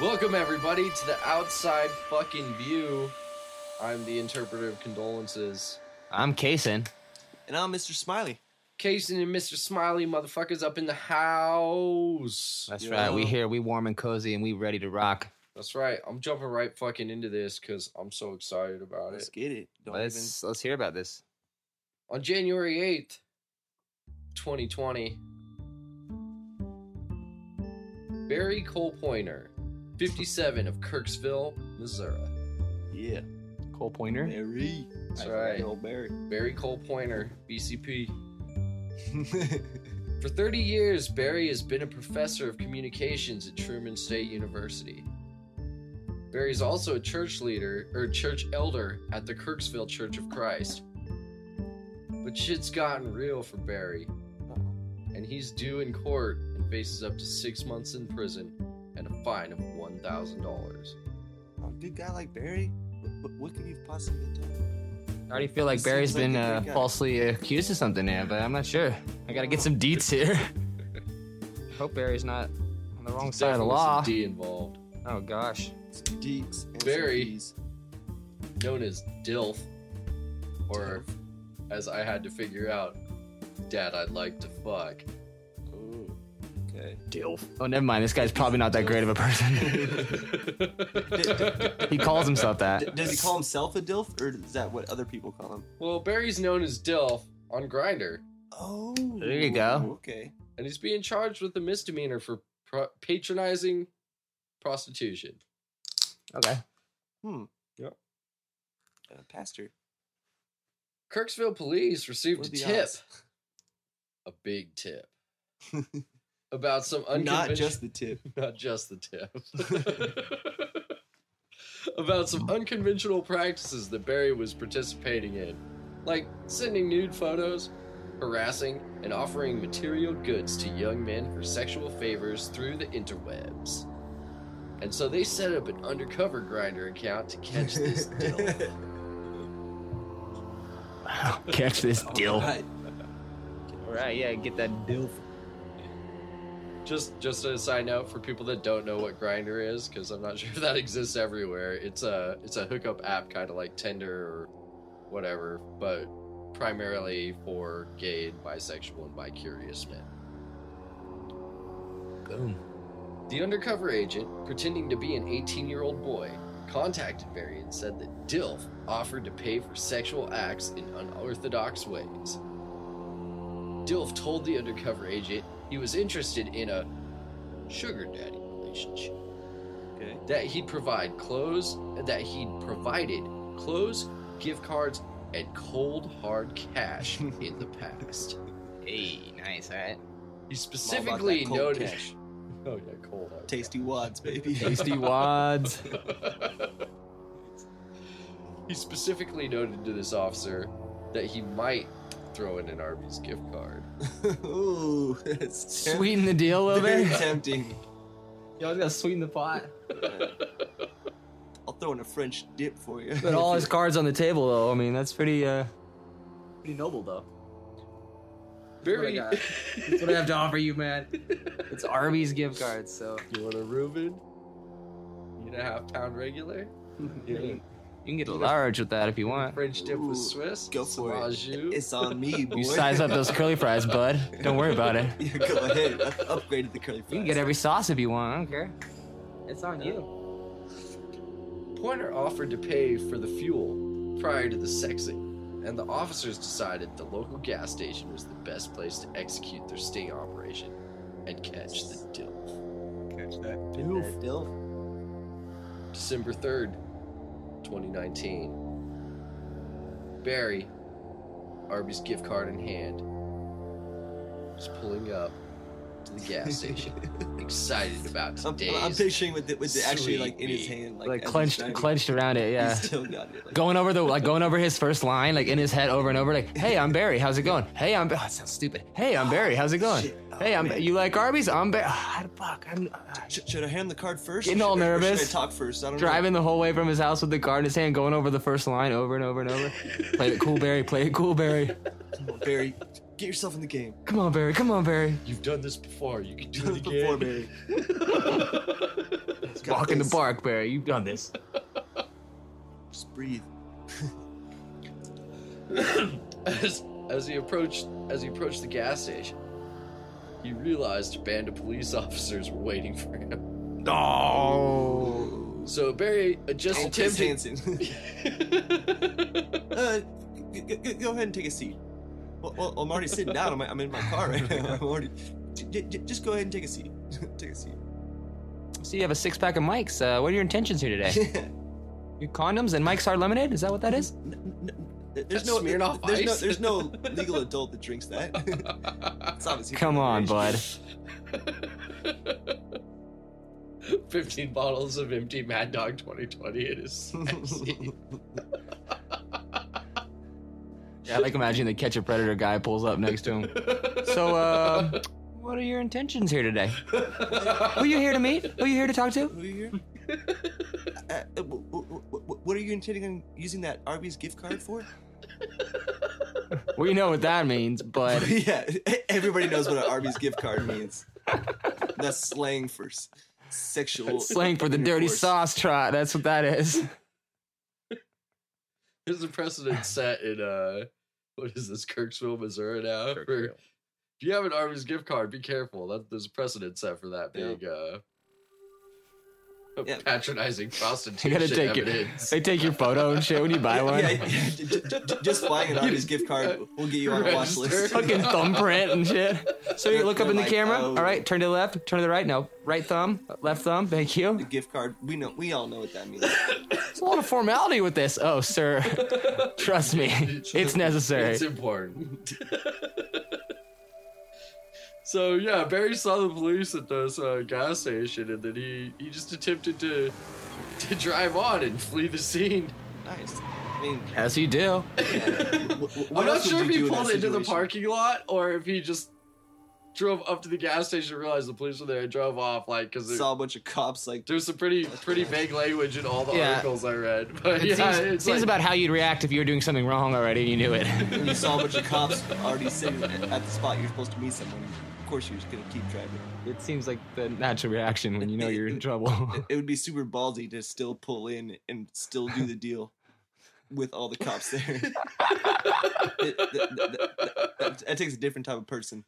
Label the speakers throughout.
Speaker 1: Welcome everybody to the outside fucking view. I'm the interpreter of condolences.
Speaker 2: I'm Kason.
Speaker 3: And I'm Mr. Smiley.
Speaker 1: Kason and Mr. Smiley motherfuckers up in the house.
Speaker 2: That's
Speaker 3: Yo.
Speaker 2: right. We here. We warm and cozy, and we ready to rock.
Speaker 1: That's right. I'm jumping right fucking into this because I'm so excited about
Speaker 3: Let's
Speaker 1: it.
Speaker 3: get it. Don't
Speaker 2: let's let's hear about this.
Speaker 1: On January 8th, 2020, Barry Cole Pointer, 57 of Kirksville, Missouri.
Speaker 3: even.
Speaker 2: Cole
Speaker 3: Yeah.
Speaker 2: Pointer.
Speaker 3: Barry.
Speaker 1: That's
Speaker 3: I
Speaker 1: right.
Speaker 3: know Barry.
Speaker 1: Barry Cole Pointer, BCP. For 30 years, Barry has been a professor of communications at Truman State University. Barry is also a church leader or church elder at the Kirksville Church of Christ. But shit's gotten real for Barry, and he's due in court and faces up to six months in prison and a fine of $1,000.
Speaker 3: a good guy like Barry. What, what, what could he have possibly done?
Speaker 2: I already feel like
Speaker 3: Seems
Speaker 2: Barry's
Speaker 3: like
Speaker 2: been
Speaker 3: a
Speaker 2: uh,
Speaker 3: good guy.
Speaker 2: falsely accused of something now, but I'm not sure. I gotta get some deets here. Hope Barry's not on the wrong side of the
Speaker 1: Definitely
Speaker 2: law.
Speaker 1: some D involved,
Speaker 2: Oh gosh.
Speaker 3: Some deeks and some
Speaker 1: Barry.
Speaker 3: Ds.
Speaker 1: known as DILF, or as I had to figure out, Dad, I'd like to fuck.
Speaker 3: Ooh, okay.
Speaker 2: Dilf. Oh, never mind. This guy's probably not that great of a person. he calls himself
Speaker 3: D-
Speaker 2: that.
Speaker 3: does he call himself a DILF or is that what other people call him?
Speaker 1: Well, Barry's known as Dilf on Grinder,
Speaker 3: Oh.
Speaker 2: There you go.
Speaker 3: Okay.
Speaker 1: and he's being charged with a misdemeanor for pro- patronizing prostitution.
Speaker 2: Okay.
Speaker 3: Uh, pastor.
Speaker 1: Kirksville police received
Speaker 3: What
Speaker 1: a
Speaker 3: are the
Speaker 1: tip,
Speaker 3: odds?
Speaker 1: a big tip, about some unconventional.
Speaker 3: Not just the tip.
Speaker 1: not just the tip. About some unconventional practices that Barry was participating in, like sending nude photos, harassing, and offering material goods to young men for sexual favors through the interwebs. And so they set up an undercover grinder account to catch this deal.
Speaker 2: Catch this dilf.
Speaker 3: Alright.
Speaker 2: All right. Yeah. Get that dilf.
Speaker 1: Just just a side note for people that don't know what Grinder is, because I'm not sure if that exists everywhere. It's a it's a hookup app, kind of like Tinder or whatever, but primarily for gay, bisexual, and bicurious men.
Speaker 2: Boom.
Speaker 1: The undercover agent, pretending to be an 18 year old boy, contacted Barry and said that Dilf offered to pay for sexual acts in unorthodox ways. Dilf told the undercover agent he was interested in a sugar daddy relationship.
Speaker 3: Okay.
Speaker 1: That he'd provide clothes, that he'd provided clothes, gift cards, and cold hard cash in the past.
Speaker 2: Hey. Nice. All
Speaker 1: He
Speaker 2: right.
Speaker 3: I'm all about that
Speaker 1: specifically
Speaker 3: cold
Speaker 1: noted.
Speaker 3: cash.
Speaker 1: Oh, yeah, cold hard cash.
Speaker 3: Tasty wads, baby.
Speaker 2: Tasty wads.
Speaker 1: he specifically noted to this officer that he might throw in an Arby's gift card.
Speaker 3: Ooh, that's temp-
Speaker 2: Sweeten the deal a little
Speaker 3: Very
Speaker 2: bit.
Speaker 3: tempting.
Speaker 2: You always gotta sweeten the pot.
Speaker 3: I'll throw in a French dip for you.
Speaker 2: But all his cards on the table, though. I mean, that's pretty, uh, pretty noble, though.
Speaker 1: Barry,
Speaker 2: got. That's what I have to offer you, man. It's Arby's gift cards, so
Speaker 1: you want a Reuben? You need a half pound regular? You need
Speaker 2: you can get large with that if you
Speaker 1: a
Speaker 2: want.
Speaker 1: French dip
Speaker 3: Ooh,
Speaker 1: with Swiss?
Speaker 3: go for it.
Speaker 1: Samaju?
Speaker 3: It's on me, boy.
Speaker 2: You size up those curly fries, bud. Don't worry about it.
Speaker 3: Yeah, go ahead. I upgraded the curly fries.
Speaker 2: You can get every sauce if you want. I don't care. It's on you.
Speaker 1: Pointer offered to pay for the fuel prior to the sexing, and the officers decided the local gas station was the best place to execute their sting operation and catch the dilf.
Speaker 3: Catch that
Speaker 2: Dilf.
Speaker 3: Dilf.
Speaker 1: December 3rd, 2019. Barry, Arby's gift card in hand, is pulling up to the gas station, excited about
Speaker 3: I'm,
Speaker 1: today's.
Speaker 3: I'm picturing with it with it actually
Speaker 1: Sweet
Speaker 3: like in his
Speaker 1: meat.
Speaker 3: hand, like,
Speaker 2: Like,
Speaker 3: as
Speaker 2: clenched,
Speaker 3: he's driving.
Speaker 2: clenched around it. Yeah.
Speaker 3: He's still got it. Like,
Speaker 2: Going over the like going over his first line like in his head over and over like hey I'm Barry how's it going hey I'm Ba- oh, it sounds stupid hey I'm Barry how's it going
Speaker 3: Shit. Oh,
Speaker 2: hey I'm
Speaker 3: man.
Speaker 2: you like Arby's I'm Barry oh, fuck I'm ah,
Speaker 3: Sh- should I hand the card first?
Speaker 2: Getting
Speaker 3: or
Speaker 2: all
Speaker 3: should I- or
Speaker 2: nervous.
Speaker 3: Should I talk first? I don't
Speaker 2: driving the whole way from his house with the card in his hand, going over the first line over and over and over. play it cool, Barry. Play it cool, Barry.
Speaker 3: know. Barry, get yourself in the game.
Speaker 2: Come on, Barry. Come on, Barry.
Speaker 1: You've done this before. You can do
Speaker 3: Before Barry.
Speaker 1: it again.
Speaker 3: It's
Speaker 1: done
Speaker 2: walk in the
Speaker 1: this.
Speaker 2: park, Barry. You've done this.
Speaker 3: Just breathe.
Speaker 1: As, as he approached as he approached the gas station, he realized a band of police officers were waiting for him.
Speaker 2: Oh.
Speaker 3: Oh.
Speaker 1: So Barry uh, just
Speaker 3: Don't kiss
Speaker 1: attempted
Speaker 3: Hansen. uh, g- g- g- go ahead and take a seat. Well, well I'm already sitting down. I'm, I'm in my car right now. I'm already. J- j- just go ahead and take a seat. take a seat.
Speaker 2: So you have a six pack of mics. Uh, what are your intentions here today? Your condoms and mics are lemonade? Is that what that is?
Speaker 3: N- n- n- there's
Speaker 1: That's
Speaker 3: no
Speaker 1: Smirnoff
Speaker 3: there's no
Speaker 1: Ice.
Speaker 3: there's no legal adult that drinks that. it's obviously
Speaker 2: Come on,
Speaker 3: underage.
Speaker 2: bud.
Speaker 1: 15 bottles of empty Mad Dog 2020 in his backseat.
Speaker 2: Yeah, like imagine the catch a predator guy pulls up next to him. So, uh, what are your intentions here today? Who you here to meet? Who you here to talk to?
Speaker 3: Who are you here? uh, uh, w- w- w- what are you intending on using that Arby's gift card for?
Speaker 2: We know what that means, but
Speaker 3: yeah, everybody knows what an Arby's gift card means. That's slang for s- sexual
Speaker 2: slang for the dirty
Speaker 3: intercourse.
Speaker 2: sauce trot. That's what that is.
Speaker 1: There's a precedent set in, uh, what is this, Kirksville, Missouri now? for- if you have an Arby's gift card, be careful. That, there's a precedent set for that
Speaker 3: Yeah.
Speaker 1: being uh, a
Speaker 3: Yeah.
Speaker 1: patronizing
Speaker 2: You
Speaker 1: prostitution
Speaker 2: gotta take it.
Speaker 1: evidence.
Speaker 2: They take your photo and shit when you buy
Speaker 3: Yeah,
Speaker 2: one.
Speaker 3: yeah, yeah, j- j- j- just buying an Arby's gift card will get you on a watch list.
Speaker 1: Register.
Speaker 2: Fucking thumbprint and shit. So you look up in the
Speaker 3: Like,
Speaker 2: camera.
Speaker 3: oh.
Speaker 2: All right, turn to the left, turn to the right. No, right thumb, left thumb. Thank you.
Speaker 3: gift card. We know. We all know what that means.
Speaker 2: There's a lot of formality with this. Oh, sir, trust me, it's necessary.
Speaker 1: It's important. so yeah, Barry saw the police at this uh, gas station, and then he he just attempted to to drive on and flee the scene.
Speaker 3: Nice. I mean,
Speaker 2: As you do.
Speaker 3: wh- wh- what
Speaker 1: I'm not
Speaker 3: else
Speaker 1: sure if
Speaker 3: would you
Speaker 1: he
Speaker 3: do in that
Speaker 1: pulled into the
Speaker 3: situation?
Speaker 1: parking lot or if he just drove up to the gas station and realized the police were there and drove off. Like because
Speaker 3: Saw a bunch of cops like
Speaker 1: there's some pretty pretty vague language in all the
Speaker 2: Yeah.
Speaker 1: articles I read. But
Speaker 2: It
Speaker 1: yeah,
Speaker 2: seems,
Speaker 1: it's
Speaker 2: seems
Speaker 1: like,
Speaker 2: about how you'd react if you were doing something wrong already and you knew it.
Speaker 3: when you saw a bunch of cops already sitting at the spot you're supposed to meet someone. Of course, you're just gonna keep driving.
Speaker 2: it seems like the natural reaction when you know you're in trouble.
Speaker 3: It, it would be super ballsy to still pull in and still do the deal with all the cops there. It- that, that- that- that- that takes a different type of person.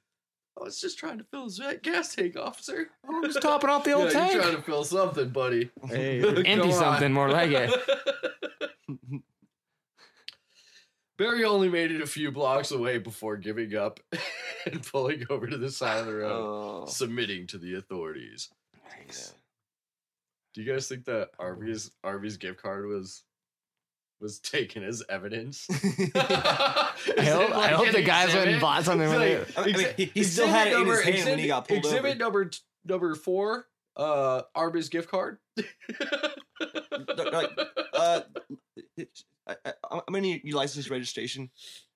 Speaker 1: "Oh, I was just trying to fill his gas tank, officer.
Speaker 2: I'm just topping off the
Speaker 1: Yeah,
Speaker 2: old
Speaker 1: you're trying
Speaker 2: tank.
Speaker 1: to fill something, buddy.
Speaker 2: Hey,
Speaker 1: Go
Speaker 2: empty
Speaker 1: on.
Speaker 2: something more like it.
Speaker 1: Barry only made it a few blocks away before giving up and pulling over to the side of the road,
Speaker 3: Oh,
Speaker 1: submitting to the authorities.
Speaker 3: yeah.
Speaker 1: Do you guys think that Arby's Arby's gift card was was taken as evidence? I
Speaker 2: I hope, I hope the guys went and bought something with it.
Speaker 3: I mean, he, he still had it in his hand when he got pulled
Speaker 1: exhibit
Speaker 3: over.
Speaker 1: number t- number four, uh, Arby's gift card.
Speaker 3: They're like, uh, I, I, I'm gonna need your license registration.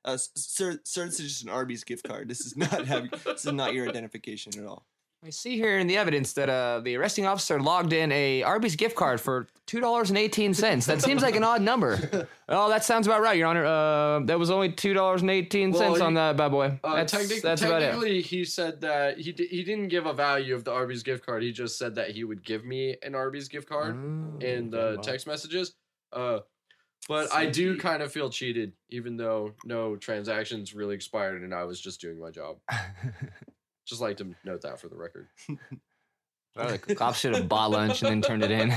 Speaker 3: Uh, s- sir, sir, this is just an Arby's gift card. This is not have, this is not your identification at all.
Speaker 2: I see here in the evidence that uh, the arresting officer logged in a Arby's gift card for two dollars and eighteen cents. That seems like an odd number. Oh, that sounds about right, Your Honor. Uh, that was only two dollars and eighteen cents
Speaker 1: Well,
Speaker 2: on
Speaker 1: you-
Speaker 2: that bad boy.
Speaker 1: Uh,
Speaker 2: that's
Speaker 1: technic-
Speaker 2: that's about it.
Speaker 1: technically, he said that he di- he didn't give a value of the Arby's gift card. He just said that he would give me an Arby's gift card
Speaker 2: Mm,
Speaker 1: in
Speaker 2: Oh,
Speaker 1: the text messages. Uh, but I do
Speaker 3: Sneaky.
Speaker 1: kind of feel cheated, even though no transactions really expired and I was just doing my job. Just like to note that for the record.
Speaker 2: Well, the cops should have bought lunch and then turned it in.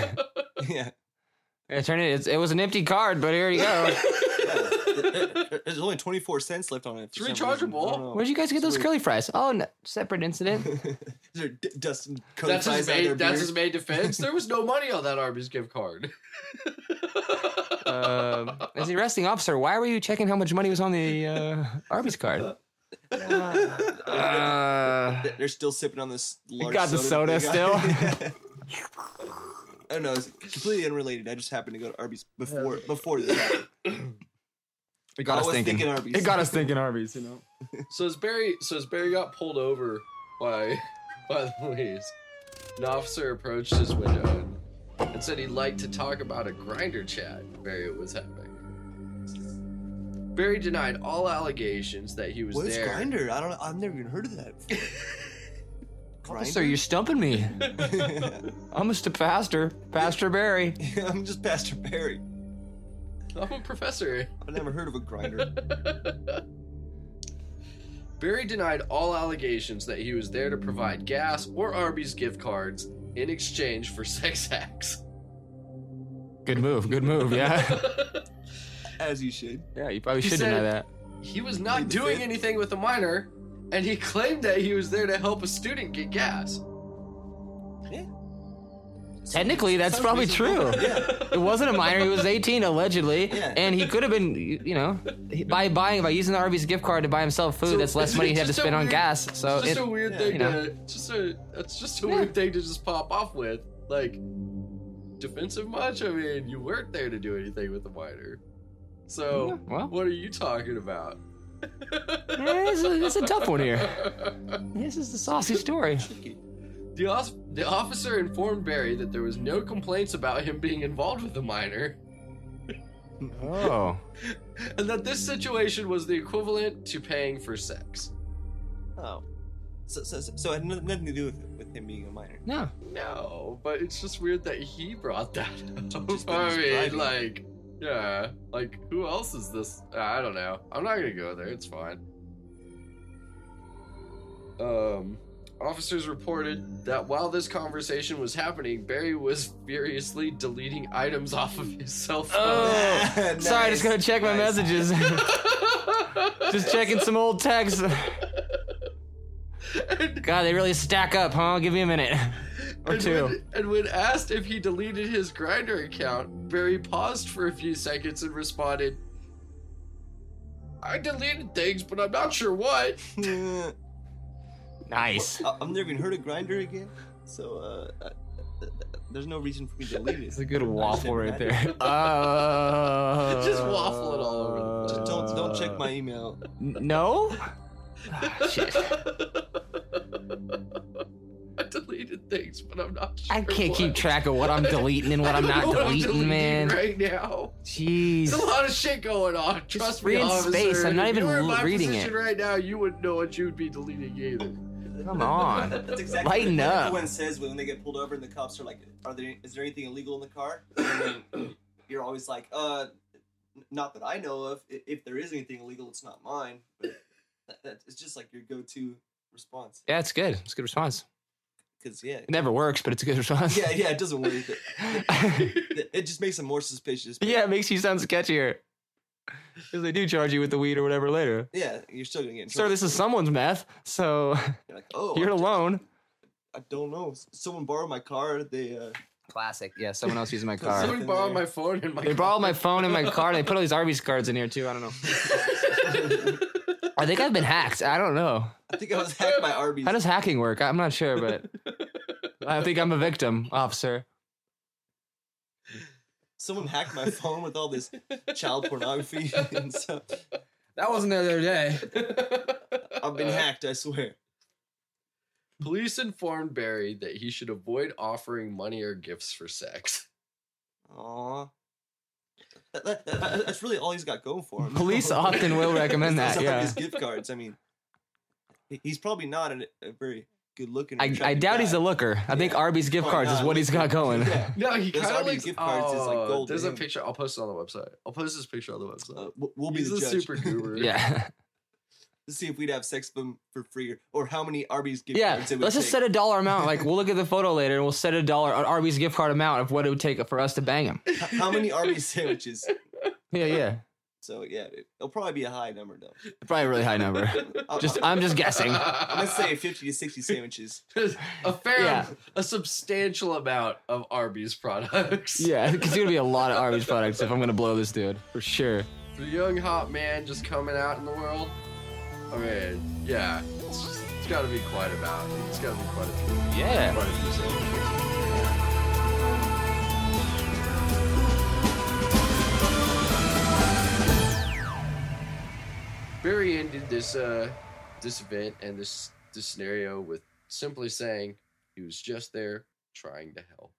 Speaker 3: yeah,
Speaker 2: Yeah, turn it. It's, it was an empty card, but here you go.
Speaker 3: yeah. There- there- there's only 24 cents left on it.
Speaker 1: It's
Speaker 3: for some reason. I
Speaker 1: rechargeable.
Speaker 3: don't know.
Speaker 2: Where'd you guys get those
Speaker 3: Sweet.
Speaker 2: curly fries? Oh, no, separate incident.
Speaker 3: They're d- dusting coat
Speaker 1: that's his
Speaker 3: ties out of their
Speaker 1: main, that's
Speaker 3: beard.
Speaker 1: his main defense. There was no money on that Arby's gift card.
Speaker 2: Um as the arresting officer, why were you checking how much money was on the uh, Arby's card? Uh,
Speaker 3: They're still sipping on this. Large
Speaker 2: got the
Speaker 3: soda that
Speaker 2: soda
Speaker 3: they got. I don't know. It's completely unrelated. I just happened to go to Arby's before before this. happened.
Speaker 2: it
Speaker 3: I
Speaker 2: got us
Speaker 3: was
Speaker 2: thinking.
Speaker 3: thinking Arby's.
Speaker 2: It got us thinking Arby's, you know.
Speaker 1: So as Barry, so as Barry got pulled over by by the police, an officer approached his window and, and said he'd like to talk about a grinder chat Barry was having. Barry denied all allegations that he was
Speaker 3: What is
Speaker 1: there.
Speaker 3: Grinder? I don't. I've never even heard of that. before.
Speaker 2: Officer, you're stumping me.
Speaker 3: Grinder?
Speaker 2: I'm just a pastor, Pastor Barry.
Speaker 3: I'm just Pastor Barry.
Speaker 1: I'm a professor.
Speaker 3: I've never heard of a grinder.
Speaker 1: Barry denied all allegations that he was there to provide gas or Arby's gift cards in exchange for sex acts.
Speaker 2: Good move, good move. Yeah,
Speaker 3: As you should.
Speaker 2: yeah. You probably
Speaker 1: He
Speaker 2: should
Speaker 1: said-
Speaker 2: deny that.
Speaker 1: he was not
Speaker 3: Made the
Speaker 1: doing
Speaker 3: fit.
Speaker 1: anything with a minor, and he claimed that he was there to help a student get gas.
Speaker 2: Technically, that's
Speaker 3: Sounds
Speaker 2: probably
Speaker 3: reasonable.
Speaker 2: true.
Speaker 3: Yeah.
Speaker 2: It wasn't a minor. He was 18 allegedly,
Speaker 3: Yeah.
Speaker 2: and he could have been, you know, he- by buying by using the Arby's gift card to buy himself food.
Speaker 1: So
Speaker 2: that's less money he'd have to
Speaker 1: it's just
Speaker 2: spend
Speaker 1: a
Speaker 2: on
Speaker 1: weird-
Speaker 2: gas. So
Speaker 1: it's just
Speaker 2: it-
Speaker 1: a weird
Speaker 3: yeah,
Speaker 1: thing
Speaker 2: you
Speaker 1: to
Speaker 2: know.
Speaker 1: just a that's just a weird thing to just pop off with. Like defensive much? I mean, you weren't there to do anything with the minor. So
Speaker 2: Yeah, well.
Speaker 1: what are you talking about?
Speaker 2: Yeah, it's, a, it's a tough one here. This is the saucy story.
Speaker 3: Tricky.
Speaker 1: The, os- the officer informed Barry that there was no complaints about him being involved with the minor,
Speaker 2: Oh,
Speaker 1: and that this situation was the equivalent to paying for sex.
Speaker 3: Oh. So, so, so, so it had no- nothing to do with, with him being a minor.
Speaker 2: no.
Speaker 1: No, but it's just weird that he brought that up.
Speaker 3: Mm, Just that
Speaker 1: I
Speaker 3: he's
Speaker 1: mean,
Speaker 3: driving.
Speaker 1: like, yeah, like who else is this? I don't know. I'm not gonna go there. It's fine. Um, officers reported that while this conversation was happening, Barry was furiously deleting items off of his cell phone.
Speaker 2: Oh, sorry. I just gotta check my
Speaker 3: Nice.
Speaker 2: messages. just checking some old texts.
Speaker 1: And-
Speaker 2: God, they really stack up, huh? Give me a minute. Or
Speaker 1: and
Speaker 2: two.
Speaker 1: When, and when asked if he deleted his grinder account, Barry paused for a few seconds and responded, I deleted things, but I'm not sure what.
Speaker 3: Uh,
Speaker 2: Nice.
Speaker 3: I- I've never even heard of grinder again. So, uh, uh, th- th- there's no reason for me to delete it.
Speaker 2: It's a good waffle right there. Uh,
Speaker 1: Just waffle it all over the
Speaker 3: Just don't don't check my email.
Speaker 2: N- No? Ah, shit.
Speaker 1: I deleted things, but I'm not sure.
Speaker 2: I can't
Speaker 1: what.
Speaker 2: keep track of what I'm deleting and what
Speaker 1: I
Speaker 2: I'm
Speaker 1: don't
Speaker 2: not
Speaker 1: know what I'm
Speaker 2: deleting, man.
Speaker 1: Right now,
Speaker 2: Jeez.
Speaker 1: there's a lot of shit going on. Trust me,
Speaker 2: read
Speaker 1: officer.
Speaker 2: space. I'm not
Speaker 1: If you
Speaker 2: even
Speaker 1: were in my
Speaker 2: reading
Speaker 1: position
Speaker 2: it.
Speaker 1: right now, you wouldn't know what you'd be deleting either.
Speaker 2: Come on.
Speaker 3: That's exactly
Speaker 2: Lighten
Speaker 3: what
Speaker 2: up.
Speaker 3: everyone says when they get pulled over and the cops are like, "Are there is there anything illegal in the car?" And then you're always like, "Uh, not that I know of. I- If there is anything illegal, it's not mine." But that, that it's just like your go-to response
Speaker 2: Yeah, it's good. It's a good response.
Speaker 3: because yeah,
Speaker 2: It never works, but it's a good response.
Speaker 3: yeah, yeah, it doesn't work. It-
Speaker 2: Yeah,
Speaker 3: It, it just makes them more suspicious. but
Speaker 2: it makes you sound sketchier. Because they do charge you with the weed or whatever later.
Speaker 3: yeah, you're still gonna get in
Speaker 2: Sir,
Speaker 3: trouble.
Speaker 2: this is someone's meth, so
Speaker 3: You're like, oh,
Speaker 2: you're
Speaker 3: I,
Speaker 2: alone.
Speaker 3: I don't know. S- Someone borrowed my car. They uh,
Speaker 2: Classic. Yeah, someone else using my
Speaker 3: All
Speaker 2: card.
Speaker 1: Somebody
Speaker 3: right.
Speaker 1: borrowed my phone and my.
Speaker 2: They borrowed my phone and my card. They put all these Arby's cards in here too. I don't know. I think I've been hacked. I don't know.
Speaker 3: I think I was hacked by Arby's.
Speaker 2: How does hacking work? I'm not sure, but I think I'm a victim, officer.
Speaker 3: Someone hacked my phone with all this child pornography and stuff.
Speaker 2: That wasn't there the other day.
Speaker 3: I've
Speaker 2: Uh.
Speaker 3: been hacked, I swear.
Speaker 1: Police informed Barry that he should avoid offering money or gifts for sex.
Speaker 3: Aw. That- that- that- that's really all he's got going for him.
Speaker 2: Police often will recommend that.
Speaker 3: It's not
Speaker 2: Yeah,
Speaker 3: His gift cards. I mean, he- he's probably not a, a very good looking.
Speaker 2: I, I doubt he's a looker. I think
Speaker 3: Yeah.
Speaker 2: Arby's gift
Speaker 3: Probably
Speaker 2: cards is
Speaker 3: not.
Speaker 2: what he's got going.
Speaker 3: Yeah.
Speaker 1: No, he
Speaker 3: Those
Speaker 1: kind of
Speaker 3: Arby's
Speaker 1: looks.
Speaker 3: gift cards is like
Speaker 1: Oh,
Speaker 3: gold
Speaker 1: there's a
Speaker 3: ring.
Speaker 1: picture. I'll post it on the website. I'll post this picture on the website.
Speaker 3: Uh, we'll, we'll be
Speaker 1: He's
Speaker 3: the
Speaker 1: a
Speaker 3: judge.
Speaker 1: super goober.
Speaker 2: Yeah,
Speaker 3: to see if we'd have sex with him for free or, or how many Arby's gift
Speaker 2: yeah.
Speaker 3: cards it would
Speaker 2: Let's just
Speaker 3: take.
Speaker 2: set a dollar amount. Like we'll look at the photo later, and we'll set a dollar an Arby's gift card amount of what it would take for us to bang him.
Speaker 3: H- how many Arby's sandwiches.
Speaker 2: Yeah, yeah.
Speaker 3: So yeah, it, will probably be a high number though.
Speaker 2: Probably a really high number.
Speaker 3: I'll-
Speaker 2: Just
Speaker 3: I'll-
Speaker 2: I'm just guessing.
Speaker 3: I'm gonna
Speaker 2: Uh,
Speaker 3: say 50 to 60 sandwiches.
Speaker 1: a fair,
Speaker 2: Yeah.
Speaker 1: a substantial amount of Arby's products.
Speaker 2: Yeah, because there's gonna be a lot of Arby's products if I'm gonna blow this dude for sure.
Speaker 1: for a young hot man just coming out in the world. I mean, yeah, it's, just, it's got to be quite about. It's got to be quite a few.
Speaker 2: Yeah.
Speaker 1: Quite a few sandwiches. Barry ended this uh, this event and this this scenario with simply saying he was just there trying to help.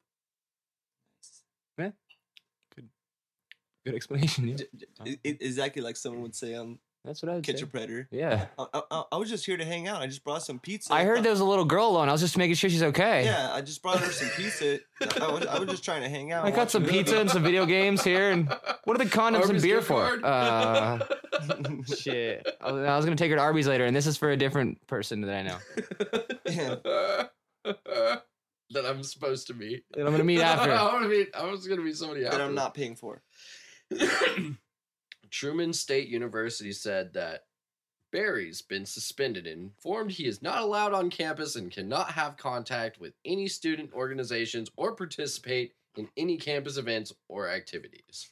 Speaker 2: Good explanation. Yeah.
Speaker 3: It- it- Exactly like someone would say on
Speaker 2: That's what I would
Speaker 3: Catch
Speaker 2: say.
Speaker 3: a predator.
Speaker 2: yeah.
Speaker 3: I, I- I, I was just here to hang out. I just brought some pizza.
Speaker 2: I heard
Speaker 3: Uh,
Speaker 2: there was a little girl alone. I was just making sure she's okay.
Speaker 3: Yeah, I just brought her some pizza. I was, I was just trying to hang out.
Speaker 2: I got
Speaker 3: watch a
Speaker 2: some
Speaker 3: movie.
Speaker 2: pizza and some video games here. And what are the condoms and
Speaker 1: Arby's
Speaker 2: beer
Speaker 1: gift
Speaker 2: for?
Speaker 1: card?
Speaker 2: Uh, shit. I was- I was gonna take her to Arby's later, and this is for a different person that I know
Speaker 3: Yeah.
Speaker 1: that I'm supposed to meet.
Speaker 2: that I'm Uh, gonna meet
Speaker 1: I
Speaker 2: after.
Speaker 1: want to meet. I was gonna meet somebody
Speaker 3: that
Speaker 1: after.
Speaker 3: I'm not paying for.
Speaker 1: Truman State University said that Barry's been suspended and informed he is not allowed on campus and cannot have contact with any student organizations or participate in any campus events or activities.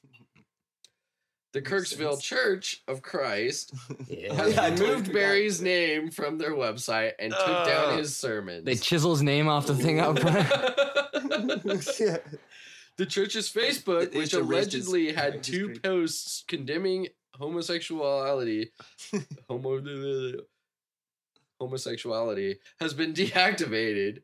Speaker 1: The
Speaker 3: Makes
Speaker 1: Kirksville
Speaker 3: sense.
Speaker 1: Church of Christ
Speaker 2: Yeah.
Speaker 1: has
Speaker 3: Yeah, I Oh, totally
Speaker 1: removed
Speaker 3: forgot.
Speaker 1: Barry's name from their website and took down
Speaker 3: Ugh.
Speaker 1: his sermons.
Speaker 2: They chisel his name off the thing up.
Speaker 3: yeah.
Speaker 1: The church's Facebook,
Speaker 3: It-
Speaker 1: which
Speaker 3: it's a racist-
Speaker 1: allegedly had
Speaker 3: racist
Speaker 1: two
Speaker 3: group.
Speaker 1: posts condemning homosexuality, homo, homosexuality, has been deactivated.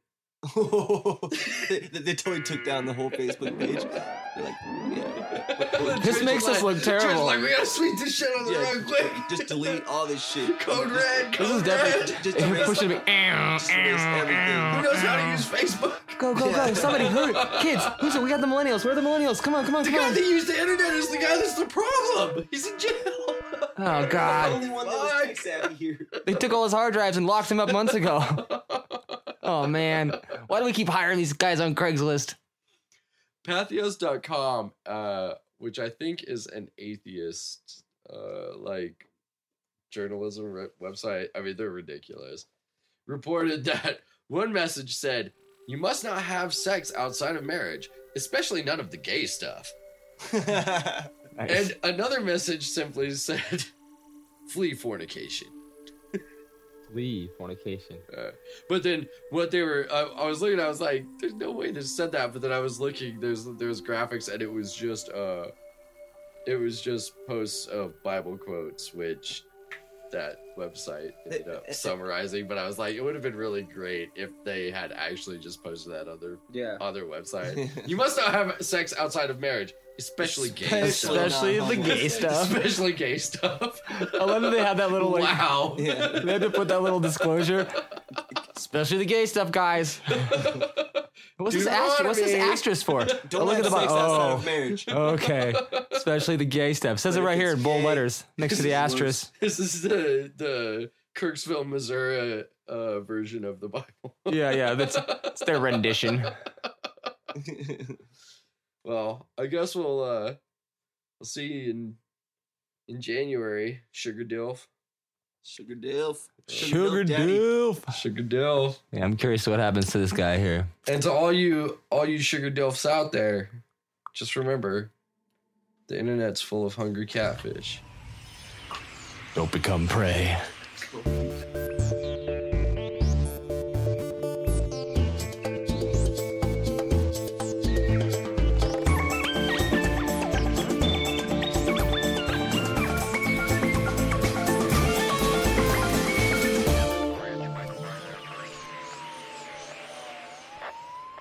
Speaker 3: they, they they totally took down the whole Facebook page. They're like, yeah,
Speaker 1: The
Speaker 2: This
Speaker 1: church
Speaker 2: makes
Speaker 1: was like-
Speaker 2: us look
Speaker 1: the church was
Speaker 2: terrible.
Speaker 1: Like we gotta sweep this shit on the
Speaker 3: Yeah,
Speaker 1: road quick.
Speaker 3: just delete all this shit.
Speaker 1: code
Speaker 3: Just-
Speaker 1: red.
Speaker 2: This
Speaker 1: Code
Speaker 2: is definitely-
Speaker 1: red.
Speaker 3: Just erase,
Speaker 2: Push it. back.
Speaker 3: just erase
Speaker 1: Who
Speaker 3: everything.
Speaker 1: knows how to use Facebook?
Speaker 2: Go, go, go! Somebody, hurry! Kids, who's it? We got the millennials. Where are the millennials? Come on, come on,
Speaker 1: The
Speaker 2: come
Speaker 1: guy
Speaker 2: on!
Speaker 1: that used the internet is the guy that's the problem. He's in jail.
Speaker 2: Oh God!
Speaker 3: Only one that
Speaker 1: Fuck.
Speaker 3: was tech savvy here.
Speaker 2: They took all his hard drives and locked him up months ago. Oh man, why do we keep hiring these guys on Craigslist?
Speaker 1: Pathos.com, uh, which I think is an atheist uh, like journalism re- website. I mean, they're ridiculous. Reported that one message said, "You must not have sex outside of marriage, especially none of the gay stuff." And another message simply said, "Flee fornication."
Speaker 2: Flee fornication.
Speaker 1: Uh, but then what they were, I, I was looking, I was like, there's no way they said that. But then I was looking, there's there's graphics, and it was just uh, it was just posts of Bible quotes, which that website ended up summarizing. But I was like, it would have been really great if they had actually just posted that other
Speaker 3: yeah.
Speaker 1: other website. you must not have sex outside of marriage, especially gay,
Speaker 3: Especially-
Speaker 1: stuff.
Speaker 2: Especially the gay stuff.
Speaker 1: especially gay stuff.
Speaker 2: I love that they had that little like.
Speaker 1: wow.
Speaker 3: Yeah.
Speaker 2: They had to put that little disclosure. Especially the gay stuff, guys. What's this, asterisk, what's this
Speaker 1: Deuteronomy.
Speaker 2: asterisk for?
Speaker 3: Don't
Speaker 2: Oh,
Speaker 3: have
Speaker 2: bo-
Speaker 3: sex outside
Speaker 2: Oh,
Speaker 3: of marriage.
Speaker 2: okay. Especially the gay stuff. Says it
Speaker 3: But if
Speaker 2: right here in
Speaker 3: it's
Speaker 2: bold
Speaker 3: gay,
Speaker 2: letters next to the
Speaker 3: this is worse.
Speaker 2: asterisk.
Speaker 1: This is the the Kirksville, Missouri uh, version of the Bible.
Speaker 2: Yeah, yeah. That's it's their rendition.
Speaker 1: well, I guess we'll uh we'll see you in in January, Sugar Dilf.
Speaker 3: Sugar Dilf.
Speaker 2: Sugar
Speaker 3: Dilf Daddy.
Speaker 2: doof.
Speaker 1: Sugar Dilf.
Speaker 2: Yeah, I'm curious what happens to this guy here.
Speaker 1: And to all you all you Sugar Dilfs out there, just remember the internet's full of hungry catfish.
Speaker 2: Don't become prey.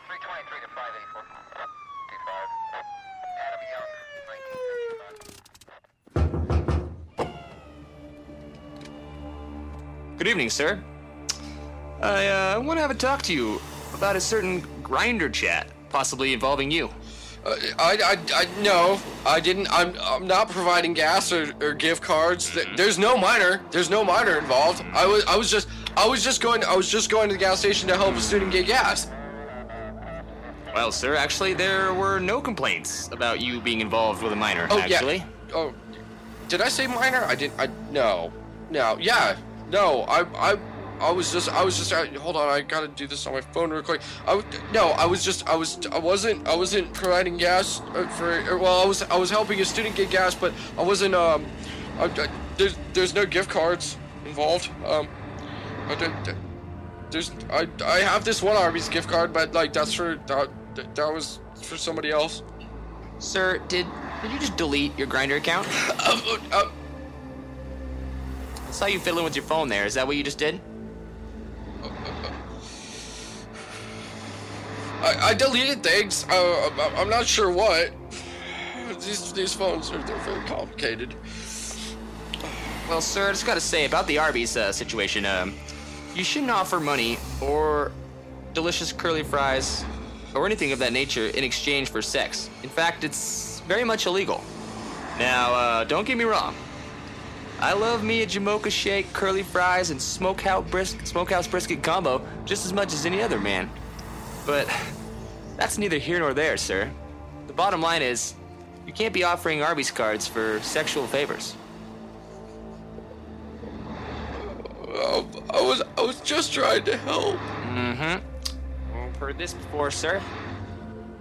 Speaker 4: Three twenty-three to five eighty-four. Eighty-five. Adam Young, nineteen sixty-five.
Speaker 2: Good evening, sir. I uh, want to have a talk to you about a certain grinder chat, possibly involving you.
Speaker 1: Uh, I, I, I no, I didn't. I'm I'm not providing gas or, or gift cards. Th- There's no minor. There's no minor involved. I was I was just I was just going I was just going to the gas station to help a student get gas.
Speaker 2: Well, sir, actually, there were no complaints about you being involved with a minor,
Speaker 1: Oh
Speaker 2: actually.
Speaker 1: yeah. Oh, did I say minor? I didn't. I no, no. Yeah, no. I I. I was just, I was just. I, hold on, I gotta do this on my phone real quick. I w- no, I was just, I was, I wasn't, I wasn't providing gas uh, for. Or, well, I was, I was helping a student get gas, but I wasn't. Um, I, I- there's, there's no gift cards involved. Um, I don't. There's, I, I have this one Arby's gift card, but like that's for that, that was for somebody else.
Speaker 2: Sir, did, did you just delete your grinder account?
Speaker 1: Um, uh, uh,
Speaker 2: I saw you fiddling with your phone there. Is that what you just did?
Speaker 1: I, I deleted things. I, I'm, I'm not sure what. These these phones are they're very complicated.
Speaker 4: Well, sir, I just gotta say about the Arby's uh, situation. Um, you shouldn't offer money or delicious curly fries or anything of that nature in exchange for sex. In fact, it's very much illegal. Now, uh, don't get me wrong. I love me a Jamocha shake, curly fries, and smokehouse brisket, smokehouse brisket combo just as much as any other man. But that's neither here nor there, sir. The bottom line is, you can't be offering Arby's cards for sexual favors.
Speaker 1: Oh, I was I was just trying to help.
Speaker 4: Mm-hmm. I've heard this before, sir.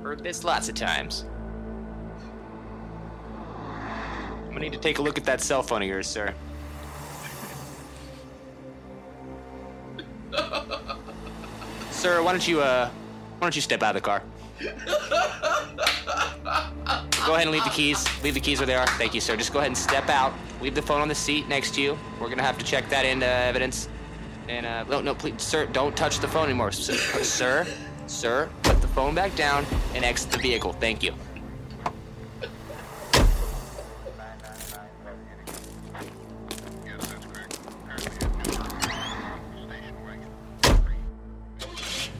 Speaker 4: Heard this lots of times. I'm gonna need to take a look at that cell phone of yours, sir. sir, why don't you uh, why don't you step out of the car? go ahead and leave the keys. Leave the keys where they are. Thank you, sir. Just go ahead and step out. Leave the phone on the seat next to you. We're gonna have to check that into evidence. And uh, no, no, please, sir, don't touch the phone anymore, sir. sir, sir, put the phone back down and exit the vehicle. Thank you.
Speaker 5: Yes, that's correct. Currently at Newburgh Station Wagon 3.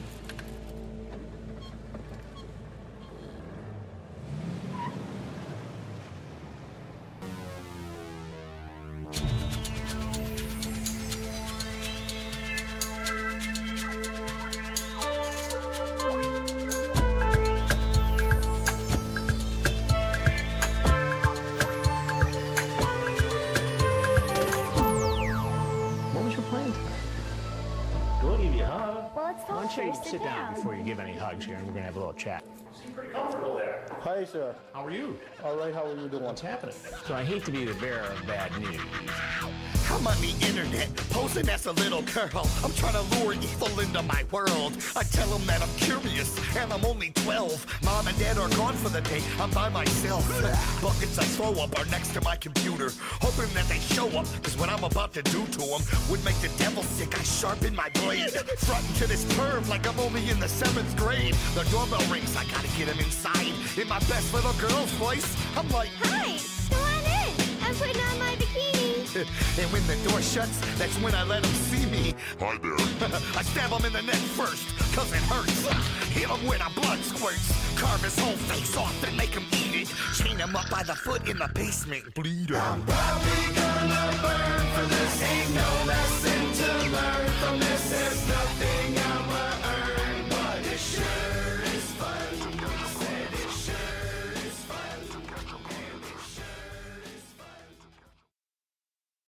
Speaker 6: What was your plan
Speaker 7: We'll give you a hug.
Speaker 8: Well, it's
Speaker 7: Why
Speaker 8: not
Speaker 7: don't
Speaker 8: fair.
Speaker 7: you
Speaker 8: Sit,
Speaker 7: sit down before you give any hugs here, and we're gonna have a little chat. Seem pretty comfortable there.
Speaker 6: Hi, sir.
Speaker 7: How are you?
Speaker 6: All right, how are you doing?
Speaker 7: What's happening? So I hate to be the bearer of bad news.
Speaker 9: I'm on the internet, posing as a little girl. I'm trying to lure evil into my world. I tell them that I'm curious, and I'm only 12. Mom and dad are gone for the day, I'm by myself. Buckets I throw up are next to my computer, hoping that they show up, because what I'm about to do to them would make the devil sick. I sharpen my blade, fronting to this perv like I'm only in the seventh grade. The doorbell rings, I gotta get him inside. In my best little girl's voice, I'm like,
Speaker 8: Hi, go on in. I'm putting on my bikini.
Speaker 9: and when the door shuts, that's when I let him see me.
Speaker 5: Hi there.
Speaker 9: I stab him in the neck first, cause it hurts. Hit him with a blood squirts. Carve his whole face off and make him eat it. Chain him up by the foot in the basement. Bleed him. I'm probably gonna burn for this. Ain't no lesson to learn from